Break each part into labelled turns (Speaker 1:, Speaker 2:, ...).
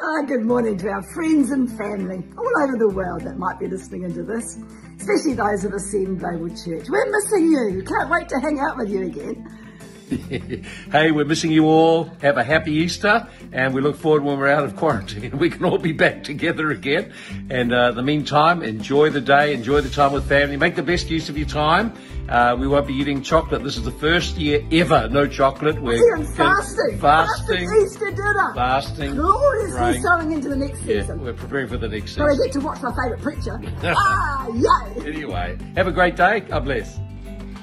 Speaker 1: Ah, good morning to our friends and family all over the world that might be listening into this, especially those of Ascend Global Church. We're missing you. Can't wait to hang out with you again.
Speaker 2: Hey, we're missing you all. Have a happy Easter, and we look forward when we're out of quarantine. We can all be back together again. And uh, in the meantime, enjoy the day, enjoy the time with family, make the best use of your time. Uh, we won't be eating chocolate. This is the first year ever no chocolate. We're
Speaker 1: See, I'm fasting.
Speaker 2: fasting,
Speaker 1: After Easter dinner.
Speaker 2: fasting,
Speaker 1: Gloriously
Speaker 2: praying.
Speaker 1: sowing into the next
Speaker 2: Yeah,
Speaker 1: season.
Speaker 2: we're preparing for the next
Speaker 1: So I
Speaker 2: season.
Speaker 1: get to watch my favourite preacher. ah, yay.
Speaker 2: Anyway, have a great day. God bless.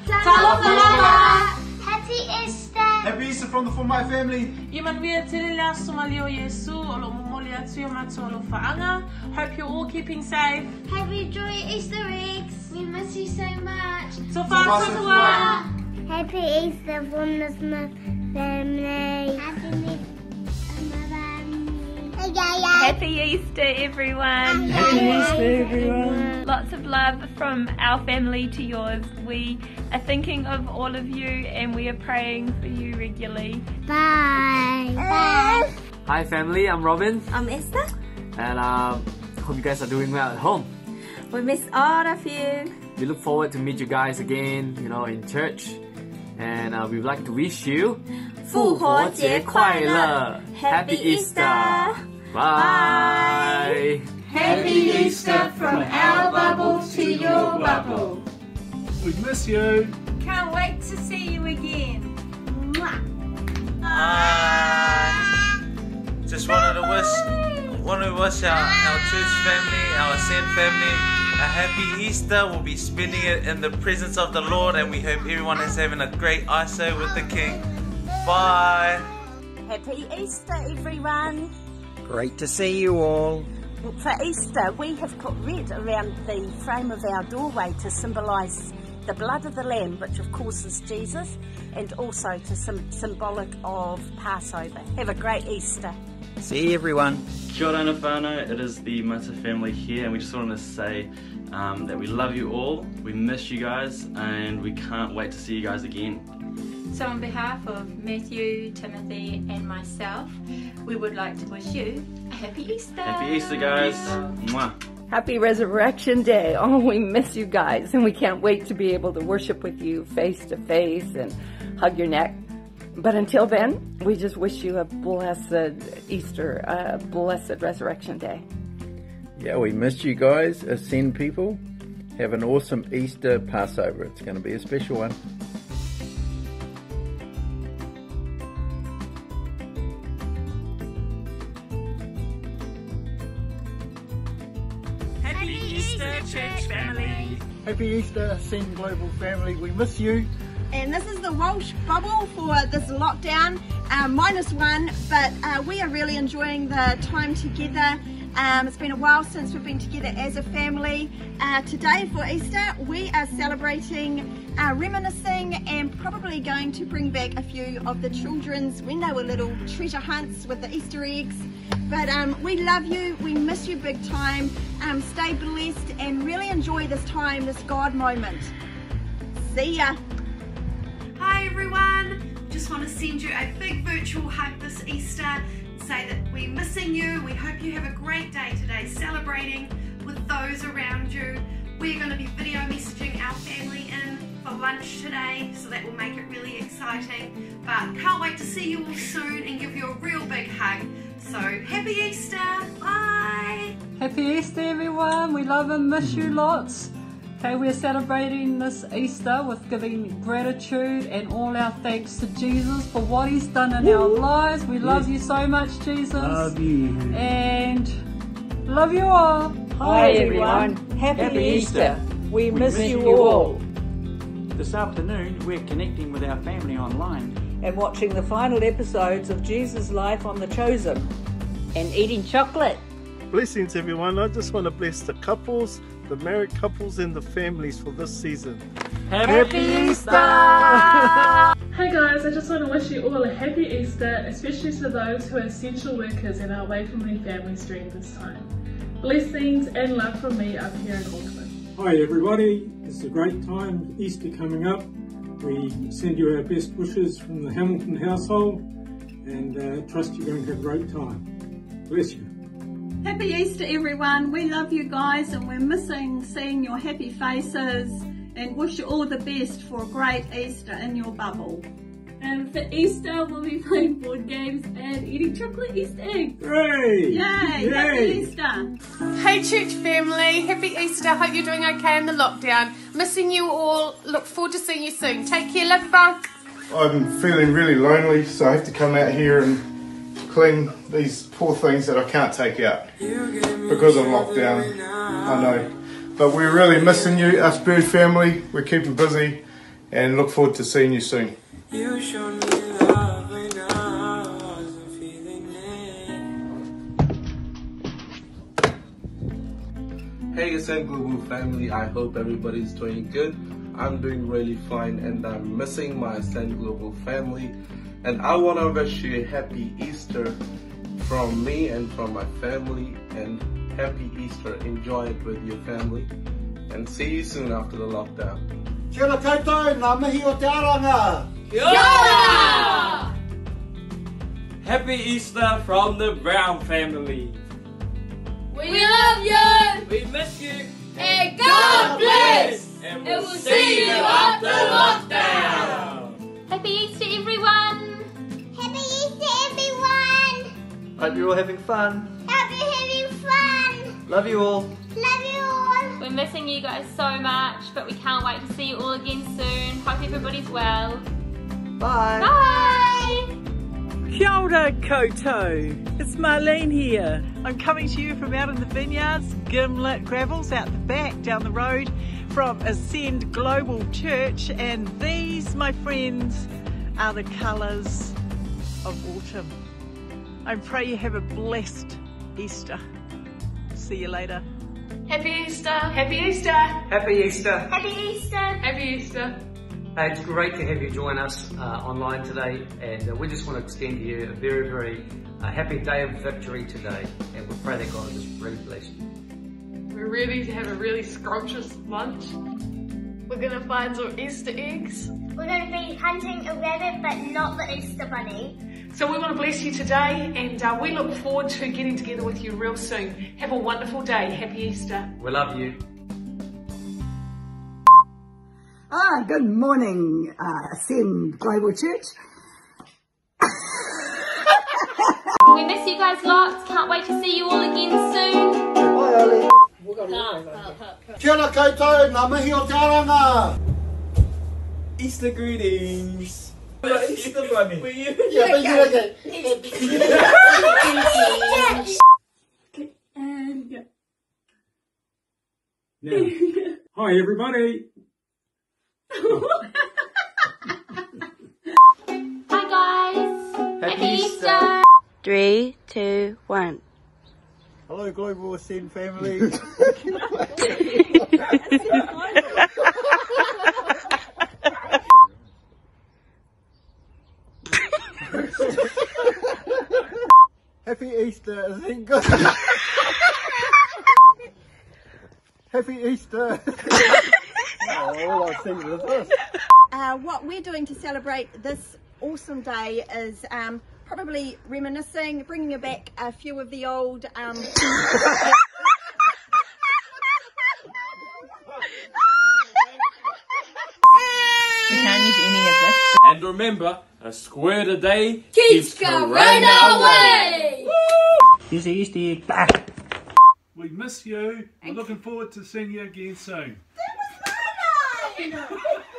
Speaker 3: Salam salam.
Speaker 4: Happy Easter.
Speaker 5: Happy Easter from the For My Family.
Speaker 3: Iman wia tilila sumalio Yesu olo mumoli atu yamatu olo faanga. Hope you're all keeping safe.
Speaker 4: Happy joy Easter eggs. We miss you so much.
Speaker 3: So far, so far.
Speaker 4: Happy Easter from the Smith family. Happy
Speaker 6: Happy Easter, everyone. Lots of love from our family to yours. We are thinking of all of you and we are praying for you regularly.
Speaker 4: Bye. Bye.
Speaker 7: Hi family, I'm Robin,
Speaker 8: I'm Esther.
Speaker 7: and um, hope you guys are doing well at home.
Speaker 8: We miss all of you.
Speaker 7: We look forward to meet you guys again, you know, in church, and uh, we would like to wish you
Speaker 8: 复活节快乐
Speaker 7: ！Happy
Speaker 8: Happy
Speaker 7: Easter!
Speaker 8: Easter.
Speaker 7: Bye.
Speaker 5: We miss you.
Speaker 6: Can't wait to see you again.
Speaker 9: Just wanted to wish, want to wish our, our church family, our Ascend family, a happy Easter. We'll be spending it in the presence of the Lord, and we hope everyone is having a great ISO with the King. Bye.
Speaker 8: Happy Easter, everyone.
Speaker 10: Great to see you all.
Speaker 8: For Easter, we have put red around the frame of our doorway to symbolise the blood of the Lamb, which of course is Jesus, and also to sym- symbolic of Passover. Have a great Easter.
Speaker 10: See everyone.
Speaker 9: Kia ora Nafano, it is the Mata family here, and we just wanted to say um, that we love you all, we miss you guys, and we can't wait to see you guys again.
Speaker 6: So, on behalf of Matthew, Timothy, and myself, we would like to wish you a happy Easter.
Speaker 9: Happy Easter, guys! Mwah.
Speaker 3: Happy Resurrection Day. Oh, we miss you guys, and we can't wait to be able to worship with you face to face and hug your neck. But until then, we just wish you a blessed Easter, a blessed Resurrection Day.
Speaker 11: Yeah, we missed you guys, Ascend people. Have an awesome Easter Passover. It's going to be a special one.
Speaker 4: Happy Easter, church family.
Speaker 5: Happy Easter, Send Global Family. We miss you.
Speaker 8: And this is the Welsh bubble for this lockdown, uh, minus one, but uh, we are really enjoying the time together. Um, it's been a while since we've been together as a family. Uh, today for Easter, we are celebrating, uh, reminiscing, and probably going to bring back a few of the children's when they were little treasure hunts with the Easter eggs. But um, we love you, we miss you big time. Um, stay blessed and really enjoy this time, this God moment. See ya.
Speaker 3: Hi, everyone. Just want to send you a big virtual hug this Easter. Say that we're missing you. We hope you have a great day today celebrating with those around you. We're going to be video messaging our family in for lunch today, so that will make it really exciting. But can't wait to see you all soon and give you a real big hug. So happy Easter. Bye.
Speaker 8: Happy Easter, everyone. We love and miss you lots. Okay, we're celebrating this Easter with giving gratitude and all our thanks to Jesus for what he's done in our lives. We love you so much, Jesus. Love you. And love you all. Hi,
Speaker 7: Happy, Easter.
Speaker 3: We,
Speaker 7: miss miss you you all. all.
Speaker 5: This afternoon, we're connecting with our family online.
Speaker 3: and watching the final episodes of Jesus' life on The Chosen.
Speaker 8: And eating chocolate.
Speaker 5: Blessings, everyone. I just want to bless the couples, the married couples, and the families for this season.
Speaker 7: Happy
Speaker 3: Hi guys, I just want to wish you all a happy Easter, especially to those who are essential workers and are away from their families during this time. Blessings and love from me up here in Auckland.
Speaker 5: Hi, everybody. It's a great time. Easter coming up. We send you our best wishes from the Hamilton household and uh, trust you're going to have a great time. Bless you.
Speaker 12: Happy Easter, everyone. We love you guys and we're missing seeing your happy faces and wish you all the best for a great Easter in your bubble.
Speaker 6: And Um, for Easter, we'll be playing board games and eating chocolate Easter eggs.
Speaker 12: Yay! Happy
Speaker 6: Yay!
Speaker 12: Easter!
Speaker 3: Hey, church family. Happy Easter. Hope you're doing okay in the lockdown. Missing you all. Look forward to seeing you soon. Take care. Love you both.
Speaker 5: I'm feeling really lonely, so I have to come out here and clean these poor things that I can't take out because of lockdown. I know. But we're really missing you, us bird family. We're keeping busy and look forward to seeing you soon.
Speaker 13: You showed me love when I wasn't feeling it.
Speaker 2: Hey, Ascend Global family. I hope everybody's doing good. I'm doing really fine and I'm missing my Ascend Global family. And I want to wish you a happy Easter from me and from my family. And happy Easter. Enjoy it with your family. And see you soon after the lockdown.
Speaker 14: Kia ora koutou, ngā mihi o te aranga.
Speaker 2: Kia ora!
Speaker 15: Happy Easter from the Brown family.
Speaker 6: We love you!
Speaker 15: We miss you.
Speaker 6: And God bless!
Speaker 15: And
Speaker 6: we'll see you after lockdown!
Speaker 16: Happy Easter, everyone! Happy Easter, everyone!
Speaker 17: Hope you're all having fun.
Speaker 16: Hope you're having fun!
Speaker 17: Love you all.
Speaker 16: Love you all! We're missing you guys so much, but we can't wait to see you all again soon. Hope everybody's well.
Speaker 17: Bye.
Speaker 16: Bye!
Speaker 8: Kia ora koutou. It's Marlene here. I'm coming to you from out in the vineyards, Gimlet Gravels, out the back, down the road from Ascend Global Church. And these, my friends, are the colours of autumn. I pray you have a blessed Easter. See you later.
Speaker 16: Happy Easter! Happy Easter!
Speaker 7: Happy Easter.
Speaker 16: Happy Easter! Happy Easter!
Speaker 7: Uh, it's great to have you join us uh, online today, and uh, we just want to extend to you a very, very uh, happy day of victory today. And we pray that God will just really bless you.
Speaker 18: We're ready to have a really scrumptious lunch. We're gonna find some Easter eggs.
Speaker 16: We're going to be hunting a rabbit, but not the Easter bunny.
Speaker 18: So we want to bless you today, and uh, we look forward to getting together with you real soon. Have a wonderful day. Happy Easter.
Speaker 7: We love you.
Speaker 1: Ah, good morning, uh, Ascend Global Church.
Speaker 16: We miss you guys lots. Can't wait to see you all again soon.
Speaker 14: Bye, Ali. Kia ora koutou, ngā mihi o te aranga.
Speaker 7: Easter greetings.
Speaker 14: Easter bunny. Yeah, but you like it.
Speaker 19: Now, hi everybody.
Speaker 16: Hi guys. Happy Easter.
Speaker 20: Three, two, one.
Speaker 14: Hello, Global Ascend family. Happy Easter, Ascend God. Happy Easter. oh, all I've seen is this.
Speaker 21: Uh, what we're doing to celebrate this awesome day is um, probably reminiscing, bringing back a few of the old. Um,
Speaker 18: We can't use any of this.
Speaker 15: And remember, a square today
Speaker 18: Keeps corona away.
Speaker 17: Here's the Easter egg.
Speaker 22: We miss you. We're looking forward to seeing you again soon.
Speaker 6: That was so nice!